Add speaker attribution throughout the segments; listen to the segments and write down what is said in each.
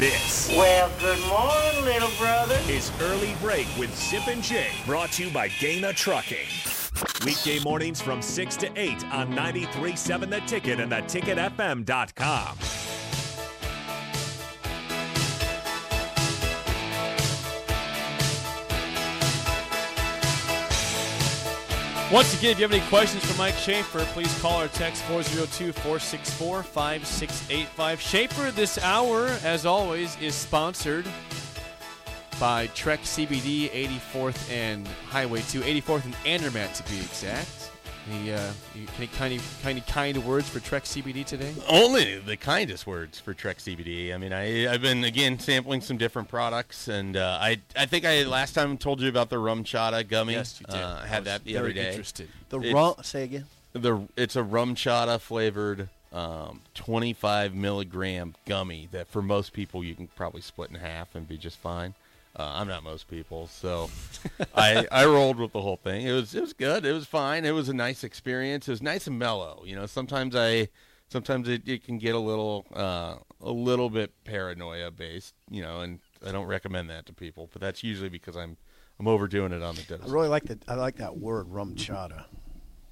Speaker 1: This
Speaker 2: Well, good morning, little brother.
Speaker 1: is Early Break with Zip and Jay, brought to you by Gaina Trucking. Weekday mornings from 6 to 8 on 93.7 The Ticket and theticketfm.com.
Speaker 3: Once again, if you have any questions for Mike Schaefer, please call or text 402 464 5685. Schaefer, this hour, as always, is sponsored by Trek CBD 84th and Highway 2, 84th and Andermatt to be exact. The, uh, you- any kind of, kind of kind words for Trek CBD today?
Speaker 4: Only the kindest words for Trek CBD. I mean, I, I've been again sampling some different products, and uh, I I think I last time told you about the rum chata gummy.
Speaker 3: Yes, you did.
Speaker 4: Uh, I
Speaker 3: I was
Speaker 4: had that the
Speaker 3: very
Speaker 4: other day.
Speaker 3: interested.
Speaker 5: The
Speaker 4: It's-
Speaker 5: rum. Say again.
Speaker 4: The it's a rum chata flavored um, 25 milligram gummy that for most people you can probably split in half and be just fine. Uh, I'm not most people, so I I rolled with the whole thing. It was it was good. It was fine. It was a nice experience. It was nice and mellow. You know, sometimes I sometimes it, it can get a little uh, a little bit paranoia based. You know, and I don't recommend that to people. But that's usually because I'm I'm overdoing it on the
Speaker 5: I
Speaker 4: dose.
Speaker 5: really like that. I like that word, rum chata.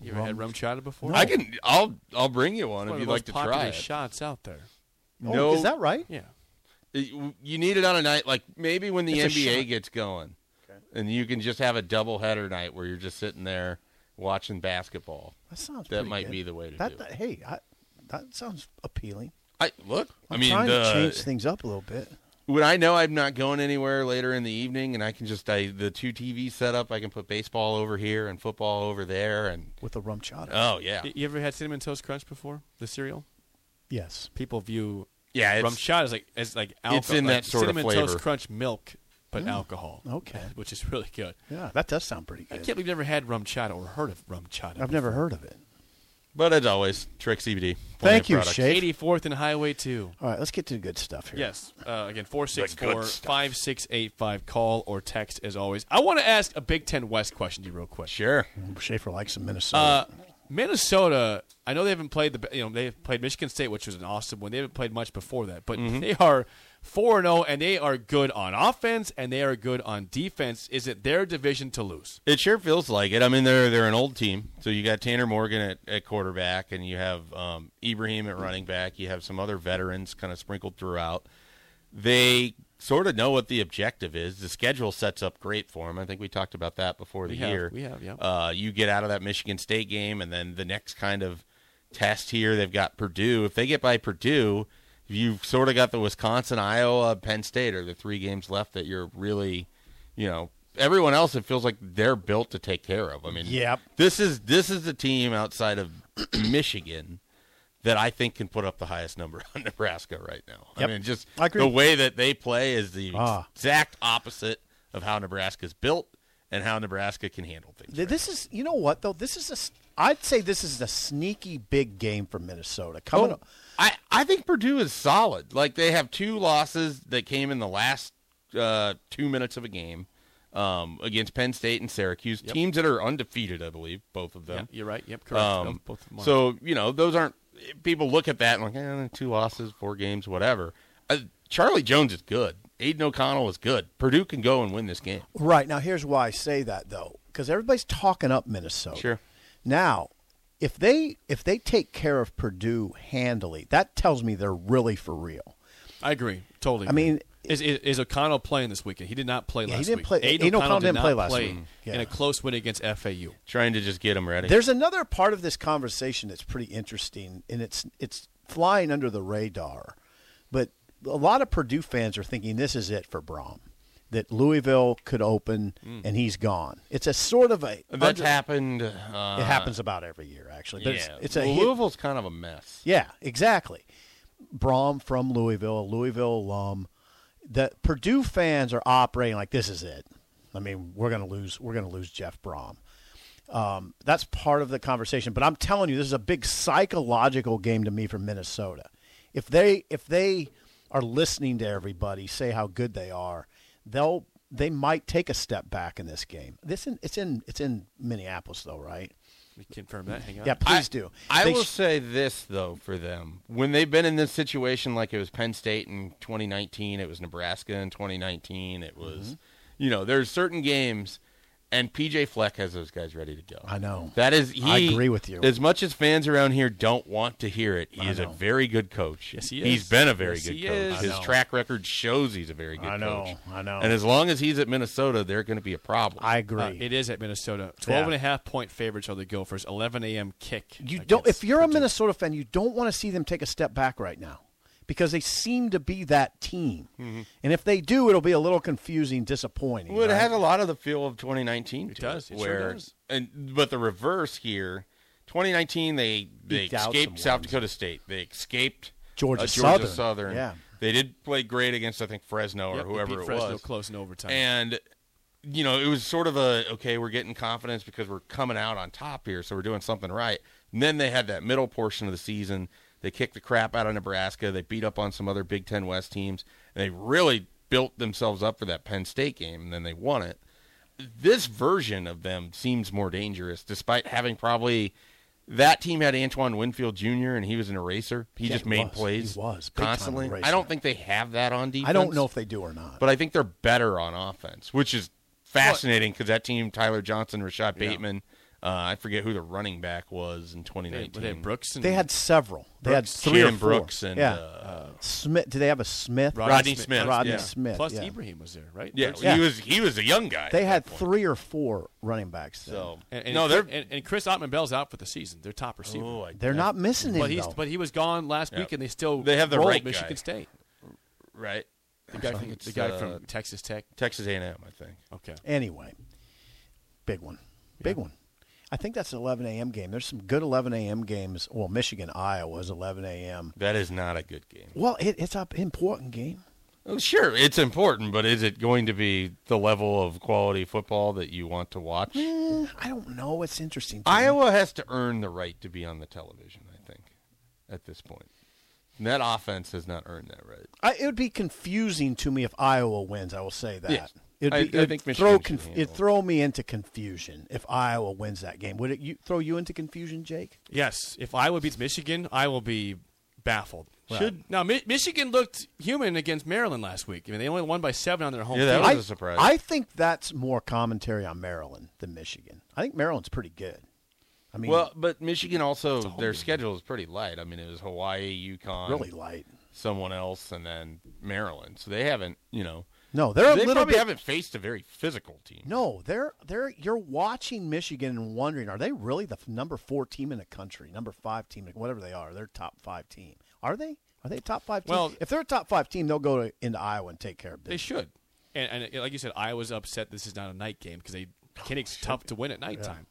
Speaker 3: You ever had rum chata before?
Speaker 4: I can I'll I'll bring you one
Speaker 3: Oh. One of
Speaker 4: if
Speaker 3: the
Speaker 4: you'd
Speaker 3: most
Speaker 4: like to
Speaker 3: popular
Speaker 4: try it.
Speaker 3: shots out there.
Speaker 4: No,
Speaker 5: oh, is that right?
Speaker 3: Yeah.
Speaker 4: you you need it on a night like maybe when the
Speaker 3: It's a
Speaker 4: NBA
Speaker 3: shot.
Speaker 4: gets going, and you can just have a double header night where you're just sitting there watching basketball.
Speaker 5: That sounds.
Speaker 4: That
Speaker 5: pretty
Speaker 4: might
Speaker 5: good.
Speaker 4: be the way to
Speaker 5: that,
Speaker 4: do
Speaker 5: that- hey, I, that sounds appealing.
Speaker 4: I look. i
Speaker 5: I'm
Speaker 4: mean,
Speaker 5: trying
Speaker 4: the-
Speaker 5: to change things up a little bit.
Speaker 4: when I know I'm not going anywhere later in the evening, and I can just I the two TV setup, I can put baseball over here and football over there, and
Speaker 5: with a rum chata.
Speaker 4: oh yeah,
Speaker 3: You- You ever had Cinnamon Toast Crunch before? The cereal?
Speaker 5: yes.
Speaker 3: People view
Speaker 4: yeah,
Speaker 3: rum
Speaker 4: it's,
Speaker 3: shot is like is like alcohol.
Speaker 4: in
Speaker 3: like
Speaker 4: that sort of
Speaker 3: cinnamon toast
Speaker 4: flavor.
Speaker 3: crunch milk,
Speaker 5: Mm.
Speaker 3: but alcohol.
Speaker 5: Okay.
Speaker 3: which is really good.
Speaker 5: Oh. Yeah, that does sound pretty
Speaker 3: I
Speaker 5: good.
Speaker 3: can't believe I've never had rum chata or heard of rum chata.
Speaker 5: I've never heard of it.
Speaker 4: but as always, Trick CBD.
Speaker 5: Thank you,
Speaker 4: products.
Speaker 5: Shay.
Speaker 3: Eighty fourth and Highway two.
Speaker 5: All right, let's get to the good stuff here.
Speaker 3: Yes. Uh, again, 464-5685. Call or text as always. I want to ask a Big Ten West question to you real quick.
Speaker 4: Sure.
Speaker 5: Schaefer likes some
Speaker 3: Uh,
Speaker 5: Minnesota.
Speaker 3: Minnesota, I know they haven't played the you know they've played Michigan State, which was an awesome one. They haven't played much before that, but they are four zero and they are good on offense and they are good on defense. Is it their division to lose?
Speaker 4: It sure feels like it. I mean, they're they're an old team. So you got Tanner Morgan at, at quarterback, and you have um, Ibrahim at running back. You have some other veterans kind of sprinkled throughout. They sort of know what the objective is. The schedule sets up great for them. I think we talked about that before the
Speaker 3: have,
Speaker 4: year.
Speaker 3: we have, yeah.
Speaker 4: Uh, you get out of that Michigan State game, and then the next kind of test here, they've got Purdue. If they get by Purdue, you've sort of got the Wisconsin, Iowa, Penn State are the three games left that you're really, you know, everyone else. It feels like they're built to take care of. I mean,
Speaker 5: Yep.
Speaker 4: this is this is a team outside of Michigan that I think can put up the highest number on Nebraska right now.
Speaker 5: Yep.
Speaker 4: I mean, just
Speaker 5: I agree.
Speaker 4: the way that they play is the
Speaker 5: Ah.
Speaker 4: exact opposite of how Nebraska's built and how Nebraska can handle things.
Speaker 5: Th- this is, you know what though? This is a. s- I'd say this is a sneaky big game for Minnesota. Coming
Speaker 4: Oh.
Speaker 5: up,
Speaker 4: I, I think Purdue is solid. Like they have two losses that came in the last uh, two minutes of a game um, against Penn State and Syracuse, teams that are undefeated, I believe, both of
Speaker 3: Yeah,
Speaker 4: them.
Speaker 3: you're right. Yep, correct.
Speaker 4: Um,
Speaker 3: Both- both of them are.
Speaker 4: so you know those aren't people look at that and like eh, two losses, four games, whatever. Uh, Charlie Jones is good. Aiden O'Connell is good. Purdue can go and win this game.
Speaker 5: Right. Now, here's why I say that though, because everybody's talking up Minnesota.
Speaker 4: Sure.
Speaker 5: Now, if they if they take care of Purdue handily, that tells me they're really for real.
Speaker 3: I agree. Totally.
Speaker 5: I
Speaker 3: agree.
Speaker 5: mean-
Speaker 3: is, is, is O'Connell playing this weekend? He did not play
Speaker 5: Yeah, he
Speaker 3: last
Speaker 5: didn't
Speaker 3: week.
Speaker 5: play-
Speaker 3: Aiden
Speaker 5: Aiden
Speaker 3: O'Connell,
Speaker 5: O'Connell
Speaker 3: did
Speaker 5: didn't
Speaker 3: not
Speaker 5: play last
Speaker 3: play
Speaker 5: week. Yeah.
Speaker 3: in a close win against FAU.
Speaker 4: Trying to just get them ready.
Speaker 5: There's another part of this conversation that's pretty interesting, and it's it's flying under the radar, but a lot of Purdue fans are thinking this is it for Brom, that Louisville could open
Speaker 4: Hmm.
Speaker 5: and he's gone. It's a sort of a
Speaker 4: That's
Speaker 5: under-
Speaker 4: happened. Uh,
Speaker 5: it happens about every year actually, but
Speaker 4: yeah.
Speaker 5: it's, it's a
Speaker 4: Well,
Speaker 5: hit-
Speaker 4: Louisville's kind of a mess.
Speaker 5: Yeah, exactly. Brom from Louisville, a Louisville alum. The Purdue fans are operating like this is it. I mean, we're going to lose. We're going to lose Jeff Brom. Um, that's part of the conversation. But I'm telling you, this is a big psychological game to me for Minnesota. If they if they are listening to everybody say how good they are, they'll they might take a step back in this game. This in, it's in it's in Minneapolis though, right?
Speaker 3: me confirm that. Hang on.
Speaker 5: Yeah, please
Speaker 4: I-
Speaker 5: do.
Speaker 4: I
Speaker 5: They
Speaker 4: will
Speaker 5: sh-
Speaker 4: say this though for them, when they've been in this situation, like it was Penn State in 2019, it was Nebraska in 2019, it was,
Speaker 5: Mm-hmm.
Speaker 4: you know, there's certain games, and PJ Fleck has those guys ready to go.
Speaker 5: I know.
Speaker 4: that is. He,
Speaker 5: I agree with you.
Speaker 4: As much as fans around here don't want to hear it, he
Speaker 5: I
Speaker 4: is a
Speaker 5: know.
Speaker 4: very good coach.
Speaker 3: Yes, he
Speaker 4: He's
Speaker 3: is.
Speaker 4: been a very
Speaker 3: Yes,
Speaker 4: good
Speaker 3: he is.
Speaker 4: coach.
Speaker 3: I
Speaker 4: His
Speaker 5: know.
Speaker 4: track record shows he's a very good
Speaker 5: I know.
Speaker 4: coach.
Speaker 5: I know.
Speaker 4: And as long as he's at Minnesota, they're going to be a problem.
Speaker 5: I agree.
Speaker 3: Uh, it is at Minnesota.
Speaker 5: Yeah.
Speaker 3: 12 and a half point favorites are the Gophers. 11 a.m. kick.
Speaker 5: you don't.
Speaker 3: against
Speaker 5: If you're a
Speaker 3: Purdue.
Speaker 5: Minnesota fan, you don't want to see them take a step back right now because they seem to be that team. And if they do, it'll be a little confusing, disappointing.
Speaker 4: Mm-hmm. Well, it
Speaker 5: right?
Speaker 4: has a lot of the feel of 2019.
Speaker 3: It
Speaker 4: to
Speaker 3: does. It sure
Speaker 4: where,
Speaker 3: does.
Speaker 4: And but the reverse here, 2019 they they
Speaker 5: Eked out
Speaker 4: escaped
Speaker 5: some
Speaker 4: South
Speaker 5: wins.
Speaker 4: Dakota State. They escaped
Speaker 5: Georgia
Speaker 4: uh, Georgia
Speaker 5: Southern.
Speaker 4: Southern.
Speaker 5: Yeah.
Speaker 4: They did play great against I think Fresno or
Speaker 3: Yep, they
Speaker 4: whoever
Speaker 3: beat
Speaker 4: it
Speaker 3: Fresno
Speaker 4: was.
Speaker 3: close in overtime.
Speaker 4: And you know, it was sort of a okay, we're getting confidence because we're coming out on top here, so we're doing something right. And then they had that middle portion of the season. They kicked the crap out of Nebraska. They beat up on some other Big Ten West teams. And they really built themselves up for that Penn State game, and then they won it. This version of them seems more dangerous, despite having probably that team had Antoine Winfield Jr. and he was an eraser. He
Speaker 5: Yeah,
Speaker 4: just
Speaker 5: he
Speaker 4: made
Speaker 5: was. He
Speaker 4: plays
Speaker 5: was. Big time
Speaker 4: constantly.
Speaker 5: eraser.
Speaker 4: I don't think they have that on defense
Speaker 5: I don't know if they do or not.
Speaker 4: but I think they're better on offense, which is fascinating because that team, Tyler Johnson, Rashad Bateman, uh, I forget who the running back was in
Speaker 3: they,
Speaker 4: 2019.
Speaker 3: they had Brooks and
Speaker 5: they had several. They had
Speaker 3: Brooks.
Speaker 5: three or
Speaker 4: Jalen
Speaker 5: four.
Speaker 4: Brooks and,
Speaker 5: yeah.
Speaker 4: uh,
Speaker 5: Smith. Do they have a Smith?
Speaker 3: Rodney
Speaker 4: Rodney
Speaker 3: Smith.
Speaker 4: Smith.
Speaker 5: Rodney
Speaker 4: yeah.
Speaker 5: Smith.
Speaker 3: Plus
Speaker 5: yeah.
Speaker 3: Ibrahim was there, right?
Speaker 4: Yeah,
Speaker 3: Brooks-
Speaker 5: Yeah.
Speaker 4: he was he was a young guy. at
Speaker 5: They
Speaker 4: that
Speaker 5: had
Speaker 4: point.
Speaker 5: three or four running backs. Then.
Speaker 4: So
Speaker 3: And, and
Speaker 4: no, they're
Speaker 3: and, and Chris Ottman Bell's out for the season. Their top receiver.
Speaker 4: oh, I-
Speaker 5: they're not missing him
Speaker 3: but he's
Speaker 5: though.
Speaker 3: but he was gone last
Speaker 4: Yeah.
Speaker 3: week, and they still
Speaker 4: They have the
Speaker 3: rolled
Speaker 4: right
Speaker 3: Michigan
Speaker 4: guy.
Speaker 3: State.
Speaker 4: right.
Speaker 3: The guy
Speaker 4: I
Speaker 3: from
Speaker 4: think it's,
Speaker 3: the guy
Speaker 4: uh,
Speaker 3: from Texas Tech.
Speaker 4: Texas A&M, I think.
Speaker 3: Okay.
Speaker 5: anyway, big one, big one. I think that's an 11 a.m. game. There's some good 11 a.m. games. Well, Michigan Iowa is 11 a.m.
Speaker 4: That is not a good game.
Speaker 5: Well, it, it's an important game.
Speaker 4: Well, Sure, it's important, but is it going to be the level of quality football that you want to watch?
Speaker 5: Eh, I don't know. It's interesting. to me.
Speaker 4: Iowa has to earn the right to be on the television, I think, at this point. And that offense has not earned that right.
Speaker 5: I, it would be confusing to me if Iowa wins. I will say that.
Speaker 4: Yes.
Speaker 5: It'd
Speaker 4: I-
Speaker 5: be,
Speaker 4: I
Speaker 5: it'd
Speaker 4: think Michigan
Speaker 5: throw
Speaker 4: should
Speaker 5: conf-
Speaker 4: handle
Speaker 5: it'd
Speaker 4: it.
Speaker 5: throw me into confusion if Iowa wins that game. Would it you, throw you into confusion, Jake?
Speaker 3: Yes, if Iowa beats Michigan, I will be baffled.
Speaker 5: Right.
Speaker 3: Should now Mi- Michigan looked human against Maryland last week. I mean, they only won by seven on their home
Speaker 4: Yeah, that
Speaker 3: field.
Speaker 4: was
Speaker 5: I-
Speaker 4: a surprise.
Speaker 5: I think that's more commentary on Maryland than Michigan. I think Maryland's pretty good. I mean,
Speaker 4: Well, but Michigan also their schedule is pretty light. I mean, it was Hawaii, UConn,
Speaker 5: really light.
Speaker 4: someone else, and then Maryland. So they haven't, you know,
Speaker 5: No, they're
Speaker 4: they
Speaker 5: a little
Speaker 4: probably
Speaker 5: bit.
Speaker 4: haven't faced a very physical team.
Speaker 5: No, they're they're. You're watching Michigan and wondering, are they really the f- number four team in the country, number five team, whatever they are? They're top five team. Are they? Are they a top five team?
Speaker 3: Well-
Speaker 5: if they're a top five team, they'll go to, into Iowa and take care of
Speaker 3: they
Speaker 5: business.
Speaker 3: should. And, and uh, like you said, Iowa's upset. This is not a night game because they Kinnick's tough to win at nighttime.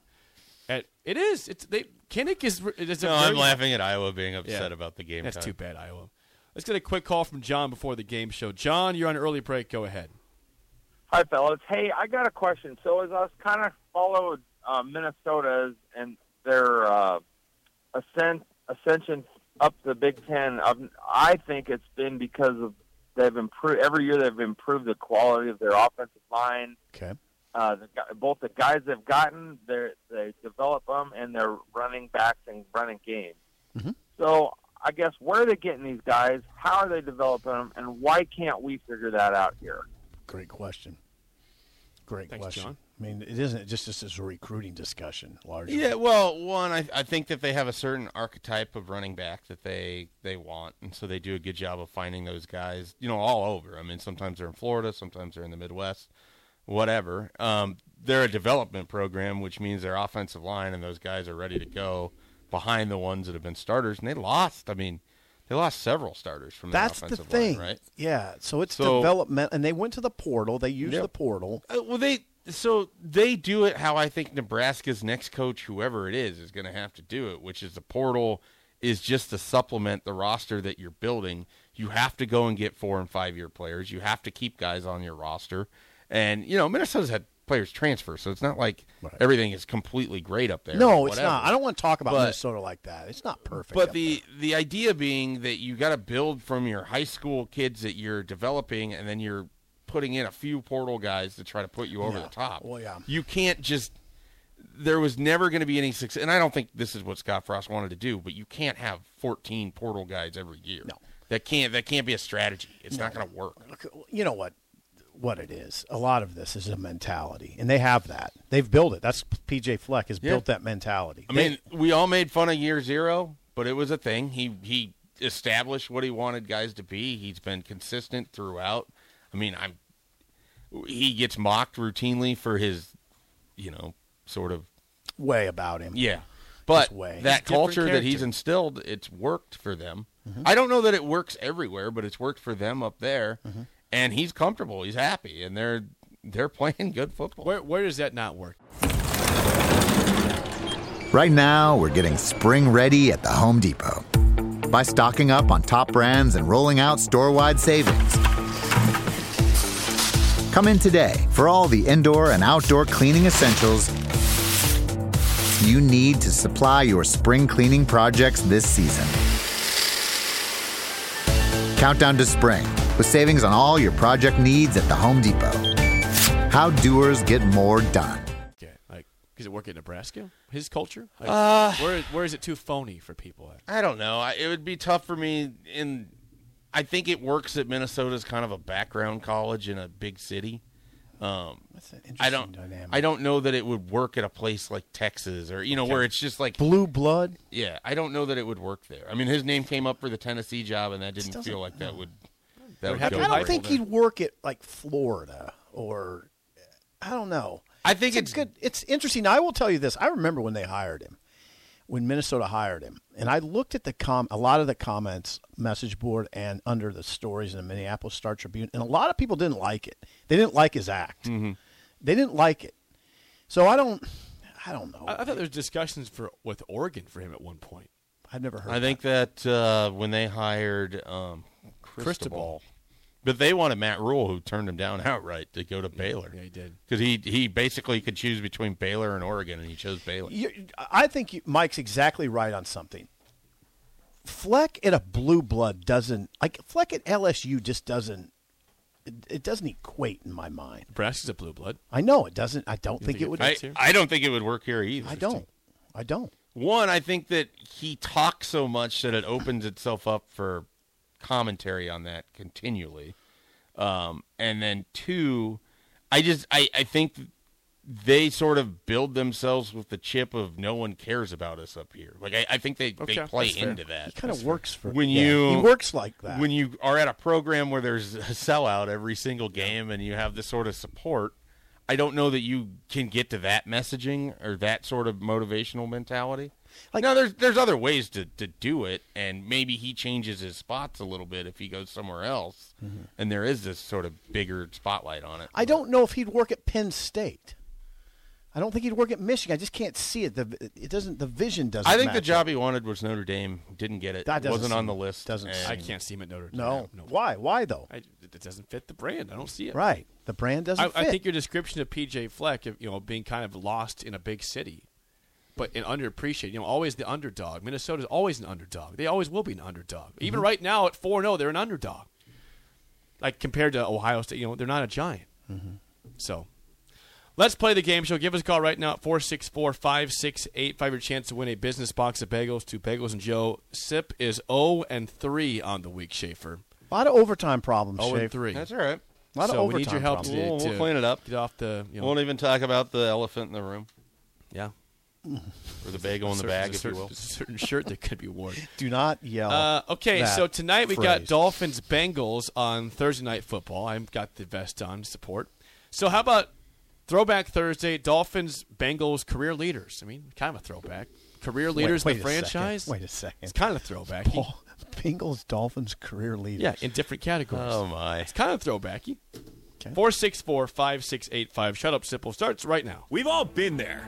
Speaker 3: And it is. It's they Kinnick is. is a
Speaker 4: No, I'm
Speaker 3: very-
Speaker 4: laughing at Iowa being upset
Speaker 3: Yeah.
Speaker 4: about the game.
Speaker 3: That's
Speaker 4: time.
Speaker 3: too bad, Iowa. Let's get a quick call from John before the game show. John, you're on early break. Go ahead.
Speaker 6: Hi, fellas. Hey, I got a question. So, as I was kind of followed uh, Minnesota's and their uh, ascent, ascension up the Big Ten, um, I think it's been because of they've improved every year. They've improved the quality of their offensive line.
Speaker 5: Okay.
Speaker 6: Uh, the, gu- both the guys they've gotten, they they develop them, and their running backs and running game.
Speaker 3: Mm-hmm.
Speaker 5: Mhm.
Speaker 6: So, I guess where are they getting these guys? How are they developing them? And why can't we figure that out here?
Speaker 5: Great question. Great
Speaker 3: Thanks,
Speaker 5: question.
Speaker 3: John.
Speaker 5: I mean, it isn't just this is a recruiting discussion largely.
Speaker 4: Yeah, well, one, I, I think that they have a certain archetype of running back that they they want, and so they do a good job of finding those guys. You know, all over. I mean, sometimes they're in Florida, sometimes they're in the Midwest, whatever. Um, they're a development program, which means their offensive line and those guys are ready to go behind the ones that have been starters, and they lost. I mean, they lost several starters from their
Speaker 5: That's the
Speaker 4: offensive
Speaker 5: thing,
Speaker 4: line, right?
Speaker 5: Yeah. So it's
Speaker 4: So-
Speaker 5: development, and they went to the portal. They used
Speaker 4: Yeah.
Speaker 5: the portal.
Speaker 4: Uh, well, they so they do it how I think Nebraska's next coach, whoever it is, is going to have to do it, which is the portal is just to supplement the roster that you're building. You have to go and get four and five year players. You have to keep guys on your roster, and you know Minnesota's had players transfer, so it's not like
Speaker 5: Right.
Speaker 4: everything is completely great up there.
Speaker 5: No,
Speaker 4: or
Speaker 5: it's
Speaker 4: whatever.
Speaker 5: not. I don't want to talk about
Speaker 4: But-
Speaker 5: Minnesota like that. It's not perfect.
Speaker 4: But
Speaker 5: up
Speaker 4: the the idea being that you got to build from your high school kids that you're developing, and then you're putting in a few portal guys to try to put you over
Speaker 5: Yeah.
Speaker 4: the top.
Speaker 5: Well, yeah.
Speaker 4: You can't just there was never going to be any success. And I don't think this is what Scott Frost wanted to do, but you can't have 14 portal guys every year.
Speaker 5: No.
Speaker 4: That can't that can't be a strategy. It's not going to work.
Speaker 5: you know what what it is a lot of this is a mentality and they have that they've built it that's pj fleck has
Speaker 4: Yeah.
Speaker 5: built that mentality
Speaker 4: I mean, we all made fun of year 0, but it was a thing. He he established what he wanted guys to be. He's been consistent throughout. I mean, I'm he gets mocked routinely for his you know, sort of
Speaker 5: way about him
Speaker 4: Yeah. But
Speaker 5: way. He's
Speaker 4: that
Speaker 3: different
Speaker 4: culture that he's
Speaker 3: character.
Speaker 4: instilled, it's worked for them. I don't know that it works everywhere, but it's worked for them up there. And he's comfortable, he's happy, and they're they're playing good football.
Speaker 3: Where where does that not work?
Speaker 7: Right now, we're getting spring ready at the Home Depot by stocking up on top brands and rolling out store wide savings. Come in today for all the indoor and outdoor cleaning essentials you need to supply your spring cleaning projects this season. Countdown to spring with savings on all your project needs at the Home Depot. How doers get more done.
Speaker 3: Okay, like does it work in Nebraska? His culture? Like, uh, where where is it too phony for people? At?
Speaker 4: I don't know. I, it would be tough for me. In I think it works that Minnesota's kind of a background college in a big city. Um,
Speaker 5: that's an interesting
Speaker 4: I don't.
Speaker 5: dynamic
Speaker 4: I don't know that it would work at a place like Texas or you know where it's just like
Speaker 5: blue blood
Speaker 4: yeah. I don't know that it would work there. I mean, his name came up for the Tennessee job, and that didn't
Speaker 5: doesn't-
Speaker 4: feel like that would. That would
Speaker 3: have
Speaker 4: go
Speaker 3: to
Speaker 5: i
Speaker 3: hire
Speaker 5: don't
Speaker 4: great.
Speaker 5: think he'd work at like florida or i don't know
Speaker 4: I think it's,
Speaker 5: it's, a good. It's interesting. I will tell you this. I remember when they hired him, when Minnesota hired him, and I looked at the com a lot of the comments, message board, and under the stories in the Minneapolis Star Tribune, and a lot of people didn't like it. They didn't like his act.
Speaker 4: Mm-hmm.
Speaker 5: They didn't like it. So I don't. I don't know.
Speaker 3: I, I thought there was discussions for with Oregon for him at one point.
Speaker 5: I've never heard.
Speaker 4: I think that uh, when they hired um, Cristobal, but they wanted Matt Rule, who turned him down outright to go to Baylor.
Speaker 3: Yeah, he did.
Speaker 4: because he he basically could choose between Baylor and Oregon, and he chose Baylor.
Speaker 5: You, I think you, Mike's exactly right on something. Fleck at a blue blood doesn't like Fleck at LSU just doesn't. It, it doesn't equate in my mind.
Speaker 3: Nebraska's a blue blood.
Speaker 5: I know it doesn't. I don't think,
Speaker 3: think
Speaker 5: it
Speaker 3: it
Speaker 5: would.
Speaker 4: I,
Speaker 3: That's here.
Speaker 4: I don't think it would work here either.
Speaker 5: I don't. I don't.
Speaker 4: One, I think that he talks so much that it opens itself up for commentary on that continually. Um, and then two, I just I, I think they sort of build themselves with the chip of no one cares about us up here. Like I, I think they,
Speaker 3: Okay,
Speaker 4: they play
Speaker 3: that's fair.
Speaker 4: into
Speaker 5: He
Speaker 4: that.
Speaker 5: kind of works for
Speaker 4: When
Speaker 5: yeah,
Speaker 4: you-
Speaker 5: He works like that.
Speaker 4: When you are at a program where there's a sellout every single game and you have this sort of support, I don't know that you can get to that messaging or that sort of motivational mentality. Like,
Speaker 5: Like-
Speaker 4: now there's there's other ways to, to do it, and maybe he changes his spots a little bit if he goes somewhere else, and there is this sort of bigger spotlight on it.
Speaker 5: Mm-hmm. I don't know if he'd work at Penn State. I don't think he'd work at Michigan. I just can't see it. The it doesn't. The vision doesn't.
Speaker 4: I think the
Speaker 5: match
Speaker 4: job
Speaker 5: up.
Speaker 4: he wanted was Notre Dame. Didn't get it.
Speaker 5: That doesn't
Speaker 4: wasn't on
Speaker 5: seem-
Speaker 4: the list.
Speaker 5: doesn't
Speaker 4: and-
Speaker 5: seem-
Speaker 3: I can't see him at Notre Dame.
Speaker 5: No.
Speaker 3: no.
Speaker 5: Why? Why though?
Speaker 3: I, it doesn't fit the brand. I don't see it.
Speaker 5: Right. The brand doesn't
Speaker 3: I,
Speaker 5: fit.
Speaker 3: I think your description of PJ Fleck, of, you know, being kind of lost in a big city, but an underappreciated, you know, always the underdog. Minnesota's always an underdog. They always will be an underdog. Even
Speaker 5: Mm-hmm.
Speaker 3: right now at 4 0, they're an underdog. Like compared to Ohio State, you know, they're not a giant.
Speaker 5: Mm-hmm.
Speaker 3: So let's play the game show. Give us a call right now at 464 5685. Your chance to win a business box of bagels to Bagels and Joe. Sip is 0 and 3 on the week, Schaefer.
Speaker 5: a lot of overtime problems.
Speaker 3: 0
Speaker 5: Schaefer.
Speaker 3: and 3.
Speaker 4: That's all right.
Speaker 5: A lot
Speaker 3: so
Speaker 5: of overtime
Speaker 3: we need your help
Speaker 5: problems.
Speaker 3: to,
Speaker 4: We'll- we'll
Speaker 3: to
Speaker 4: clean it up.
Speaker 3: Get off the you know,
Speaker 4: Won't even talk about the elephant in the room
Speaker 3: yeah.
Speaker 4: or the bagel in the bag, if you
Speaker 3: certain,
Speaker 4: will.
Speaker 3: certain shirt that could be worn.
Speaker 5: Do not yell.
Speaker 3: Uh, okay,
Speaker 5: that
Speaker 3: so tonight we got
Speaker 5: phrase.
Speaker 3: Dolphins Bengals on Thursday night football. I've got the vest on support. So how about Throwback Thursday? Dolphins Bengals career leaders. I mean, kind of a throwback. Career
Speaker 5: Wait-
Speaker 3: leaders in
Speaker 5: wait
Speaker 3: the
Speaker 5: a second.
Speaker 3: franchise.
Speaker 5: Wait a second.
Speaker 3: It's kind of a throwback.
Speaker 5: Paul, Bengals Dolphins career leaders.
Speaker 3: Yeah, in different categories.
Speaker 4: Oh my!
Speaker 3: It's kind of throwbacky.
Speaker 5: Okay.
Speaker 3: Four six four five six eight five. Shut up, Sipple. Starts right now.
Speaker 1: We've all been there.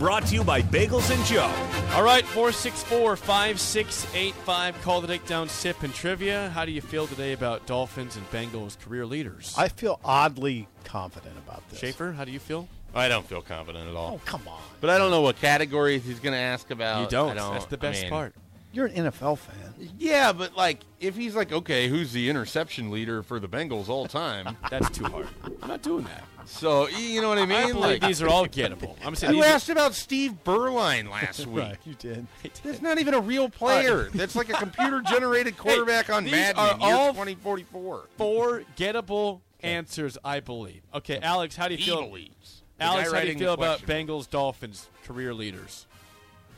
Speaker 1: Brought to you by Bagels and Joe.
Speaker 3: All right, 464 5685. Call the dick down, sip, and trivia. How do you feel today about Dolphins and Bengals career leaders?
Speaker 5: I feel oddly confident about this.
Speaker 3: Schaefer, how do you feel?
Speaker 4: I don't feel confident at all.
Speaker 5: Oh, come on.
Speaker 4: But I don't know what categories he's going to ask about.
Speaker 3: you
Speaker 4: Oh, I
Speaker 3: don't. That's the
Speaker 4: I
Speaker 3: best
Speaker 4: mean,
Speaker 3: part.
Speaker 5: You're an NFL fan.
Speaker 4: Yeah, but like if he's like, okay, who's the interception leader for the Bengals all time?
Speaker 3: That's too hard. I'm not doing that.
Speaker 4: so y- you know what I mean?
Speaker 3: I believe
Speaker 4: like,
Speaker 3: these are all gettable. I'm saying
Speaker 4: you
Speaker 3: these are-
Speaker 4: asked about Steve Berline last week.
Speaker 5: You did.
Speaker 4: That's not even a real player. That's like a computer-generated quarterback on
Speaker 3: these
Speaker 4: Madden
Speaker 3: are
Speaker 4: in year
Speaker 3: all
Speaker 4: 2044.
Speaker 3: four gettable answers, I believe. Okay, Alex, how do you
Speaker 4: He
Speaker 3: feel?
Speaker 4: believes. The
Speaker 3: Alex,
Speaker 4: guy
Speaker 3: how do you
Speaker 4: writing the
Speaker 3: feel about
Speaker 4: question.
Speaker 3: Bengals Dolphins career leaders?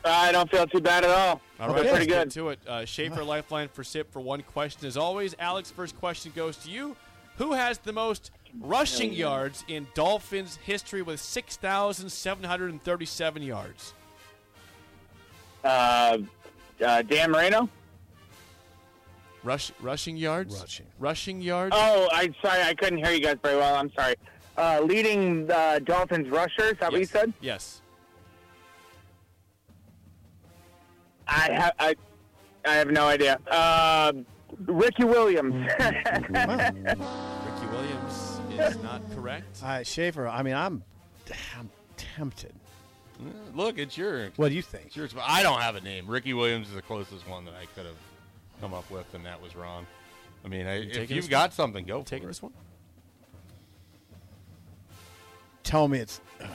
Speaker 2: I don't feel too bad at all.
Speaker 3: All
Speaker 2: Feel pretty
Speaker 3: right, let's get
Speaker 2: good.
Speaker 3: to it. Uh, Schaefer Lifeline for SIP for one question. As always, Alex, first question goes to you. Who has the most rushing yards in Dolphins history with 6,737 yards?
Speaker 2: Uh, uh, Dan Marino.
Speaker 3: Rush, rushing yards?
Speaker 5: Rushing.
Speaker 3: Rushing yards?
Speaker 2: Oh, I sorry, I couldn't hear you guys very well. I'm sorry. Uh, leading uh, Dolphins rushers. Is that what you
Speaker 3: yes.
Speaker 2: said?
Speaker 3: Yes.
Speaker 2: I have. I, I have no idea. Uh, Ricky Williams.
Speaker 3: Mm-hmm. Ricky Williams is not correct.
Speaker 5: All right, Uh, Schaefer, I mean, I'm, I'm tempted.
Speaker 4: Look, it's your,
Speaker 5: What do you think?
Speaker 4: it's your. spot. I don't have a name. Ricky Williams is the closest one that I could have come up with, and that was wrong. I mean, I, if
Speaker 3: taking
Speaker 4: you've
Speaker 3: this
Speaker 4: got something, go for
Speaker 3: Taking
Speaker 4: it.
Speaker 3: this one?
Speaker 5: Tell me it's. uh,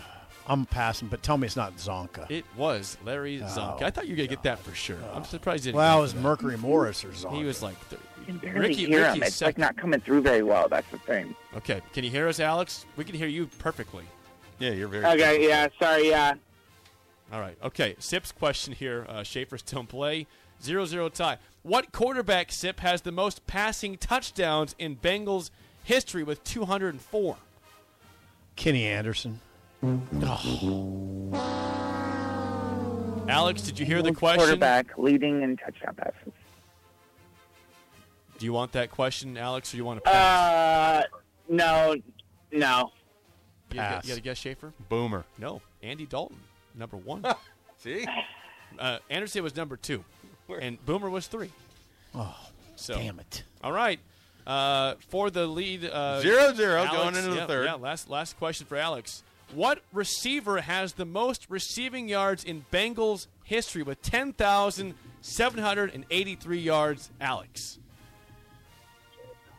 Speaker 5: I'm passing, but tell me it's not Zonka.
Speaker 3: It was Larry Zonka. I thought you were going to get that for sure. I'm surprised you didn't.
Speaker 5: well,
Speaker 3: get
Speaker 5: it was
Speaker 3: that.
Speaker 5: Mercury Morris or Zonka.
Speaker 3: He was like, th-
Speaker 2: Barely
Speaker 3: Ricky,
Speaker 2: hear
Speaker 3: Ricky's
Speaker 2: him. It's like
Speaker 3: second.
Speaker 2: not coming through very well. That's the thing.
Speaker 3: Okay, can you hear us, Alex? We can hear you perfectly.
Speaker 4: Yeah, you're very.
Speaker 2: Okay. Yeah. Sorry. Yeah.
Speaker 3: All right. Okay. Sip's question here. Uh, Schaefer still in play. Zero zero tie. What quarterback Sip has the most passing touchdowns in Bengals history with 204?
Speaker 5: Kenny Anderson.
Speaker 3: Alex, did you hear the question?
Speaker 2: Quarterback leading in touchdown passes.
Speaker 3: Do you want that question, Alex, or you want to pass?
Speaker 2: Uh, no, no.
Speaker 3: you, gotta- you
Speaker 5: pass.
Speaker 3: gotta guess Schaefer?
Speaker 4: Boomer.
Speaker 3: No. Andy Dalton, number one.
Speaker 4: See,
Speaker 3: uh, Anderson was number two, and Boomer was three. Oh, so
Speaker 5: Damn it.
Speaker 3: All right. Uh, for the lead, uh,
Speaker 4: zero zero
Speaker 3: Alex-
Speaker 4: going into
Speaker 3: yeah,
Speaker 4: the third.
Speaker 3: Yeah, last last question for Alex. What receiver has the most receiving yards in Bengals history with ten thousand seven hundred and eighty-three yards? Alex,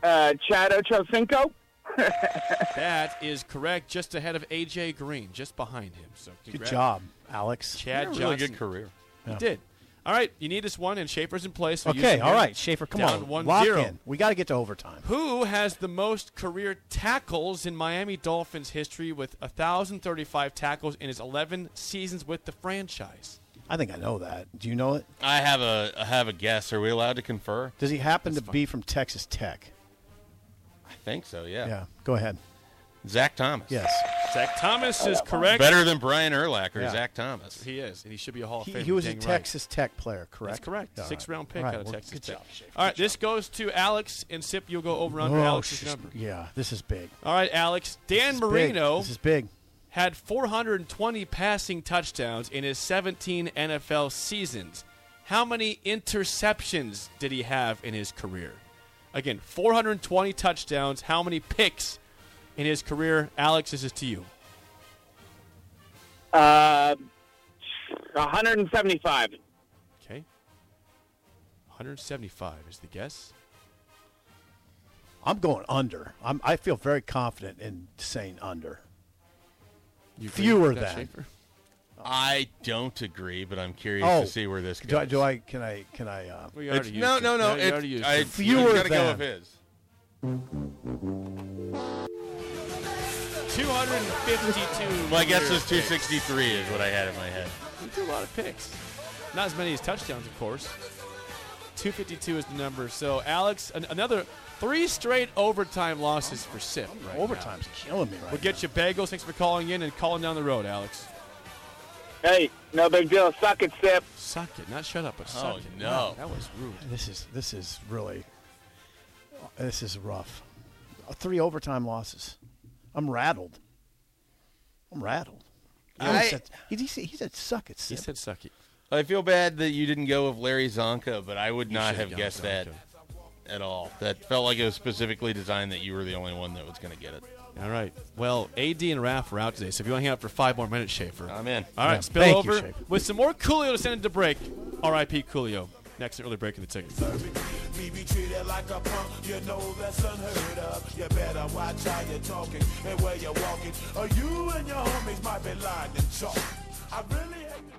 Speaker 2: Uh, Chad Ochocinco.
Speaker 3: that is correct. Just ahead of AJ Green, just behind him. So
Speaker 5: Good
Speaker 3: congrats.
Speaker 5: job, Alex.
Speaker 4: You had
Speaker 3: Chad
Speaker 4: a really
Speaker 3: Johnson.
Speaker 4: good career.
Speaker 3: He did. All right, you need this one, and Schaefer's in place. So use
Speaker 5: Okay,
Speaker 3: him
Speaker 5: all
Speaker 3: here.
Speaker 5: right, Schaefer, come
Speaker 3: Down
Speaker 5: on.
Speaker 3: One
Speaker 5: Lock
Speaker 3: zero.
Speaker 5: in. We got to get to overtime.
Speaker 3: Who has the most career tackles in Miami Dolphins history with 1,035 tackles in his 11 seasons with the franchise?
Speaker 5: I think I know that. Do you know it?
Speaker 4: I have a I have a guess. Are we allowed to confer?
Speaker 5: Does he happen to be from Texas Tech?
Speaker 4: I think so. Yeah.
Speaker 5: Yeah. Go ahead.
Speaker 4: Zach Thomas.
Speaker 5: Yes.
Speaker 3: Zach Thomas is correct.
Speaker 4: Better than Brian Urlacher.
Speaker 5: Yeah.
Speaker 4: Zach Thomas.
Speaker 3: He is, and he should be a Hall of
Speaker 5: He,
Speaker 3: Famer.
Speaker 5: he was a
Speaker 3: dang right.
Speaker 5: Texas Tech player, correct?
Speaker 3: That's correct.
Speaker 5: All right.
Speaker 3: Six round pick
Speaker 5: All right,
Speaker 3: out of
Speaker 5: well,
Speaker 3: Texas
Speaker 5: good
Speaker 3: Tech.
Speaker 5: job, Schaefer.
Speaker 3: All right, this goes to Alex and Sip. You'll go over under
Speaker 5: Oh,
Speaker 3: Alex's
Speaker 5: sh-
Speaker 3: number.
Speaker 5: Yeah, this is big.
Speaker 3: All right, Alex. Dan
Speaker 5: This is big.
Speaker 3: Marino
Speaker 5: This is big.
Speaker 3: had 420 passing touchdowns in his 17 NFL seasons. How many interceptions did he have in his career? Again, 420 touchdowns. How many picks in his career? Alex, this is to you.
Speaker 2: Uh, 175.
Speaker 3: Okay. 175 is the guess.
Speaker 5: I'm going under. I'm, I feel very confident in saying under.
Speaker 3: You agree
Speaker 5: Fewer
Speaker 3: with that,
Speaker 5: than.
Speaker 3: Schaefer?
Speaker 4: I don't agree, but I'm curious
Speaker 5: Oh.
Speaker 4: to see where this goes.
Speaker 5: Do I, do I? Can I? Can I? Uh,
Speaker 3: We
Speaker 4: It's-
Speaker 3: already used
Speaker 4: no,
Speaker 3: it.
Speaker 4: no, no,
Speaker 3: you
Speaker 4: it's-
Speaker 3: already used
Speaker 4: I,
Speaker 3: it.
Speaker 5: Fewer
Speaker 4: you gotta go
Speaker 5: than.
Speaker 4: with his.
Speaker 3: 252.
Speaker 4: My guess
Speaker 3: career
Speaker 4: is
Speaker 3: picks.
Speaker 4: 263 is what I had in my head.
Speaker 3: He threw a lot of picks. Not as many as touchdowns, of course. 252 is the number. So, Alex, an- another three straight overtime losses for Sip. Right now.
Speaker 5: overtime's killing me right
Speaker 3: We'll get you bagels. Thanks for calling in and calling down the road, Alex.
Speaker 2: Hey, no big deal. Suck it, Sip.
Speaker 3: Suck it. Not shut up, but suck
Speaker 4: Oh,
Speaker 3: it.
Speaker 4: no.
Speaker 3: Wow, that was rude.
Speaker 5: now. This is this is really this is rough. Uh, Three overtime losses. I'm rattled. I'm rattled. He always
Speaker 4: I-
Speaker 5: said, he, he said- he said, "Suck it,
Speaker 3: He
Speaker 5: sip."
Speaker 3: said suck it.
Speaker 4: I feel bad that you didn't go with Larry Zonka, but I would not
Speaker 3: should've
Speaker 4: have
Speaker 3: gone
Speaker 4: guessed that
Speaker 3: Zonka.
Speaker 4: at all. That felt like it was specifically designed that you were the only one that was going to get it.
Speaker 3: All right. Well, AD and Raph are out today, so if you want to hang out for five more minutes, Schaefer.
Speaker 4: I'm in.
Speaker 3: All right,
Speaker 5: Yeah,
Speaker 3: spill
Speaker 5: thank you,
Speaker 3: over
Speaker 5: Schaefer.
Speaker 3: with some more Coolio to send into break. R.I.P. Coolio. Next, an early break in the ticket.
Speaker 8: Me be treated like a punk, you know that's unheard of. You better watch how you're talking and where you're walking, or you and your homies might be lying and chalk. I really hate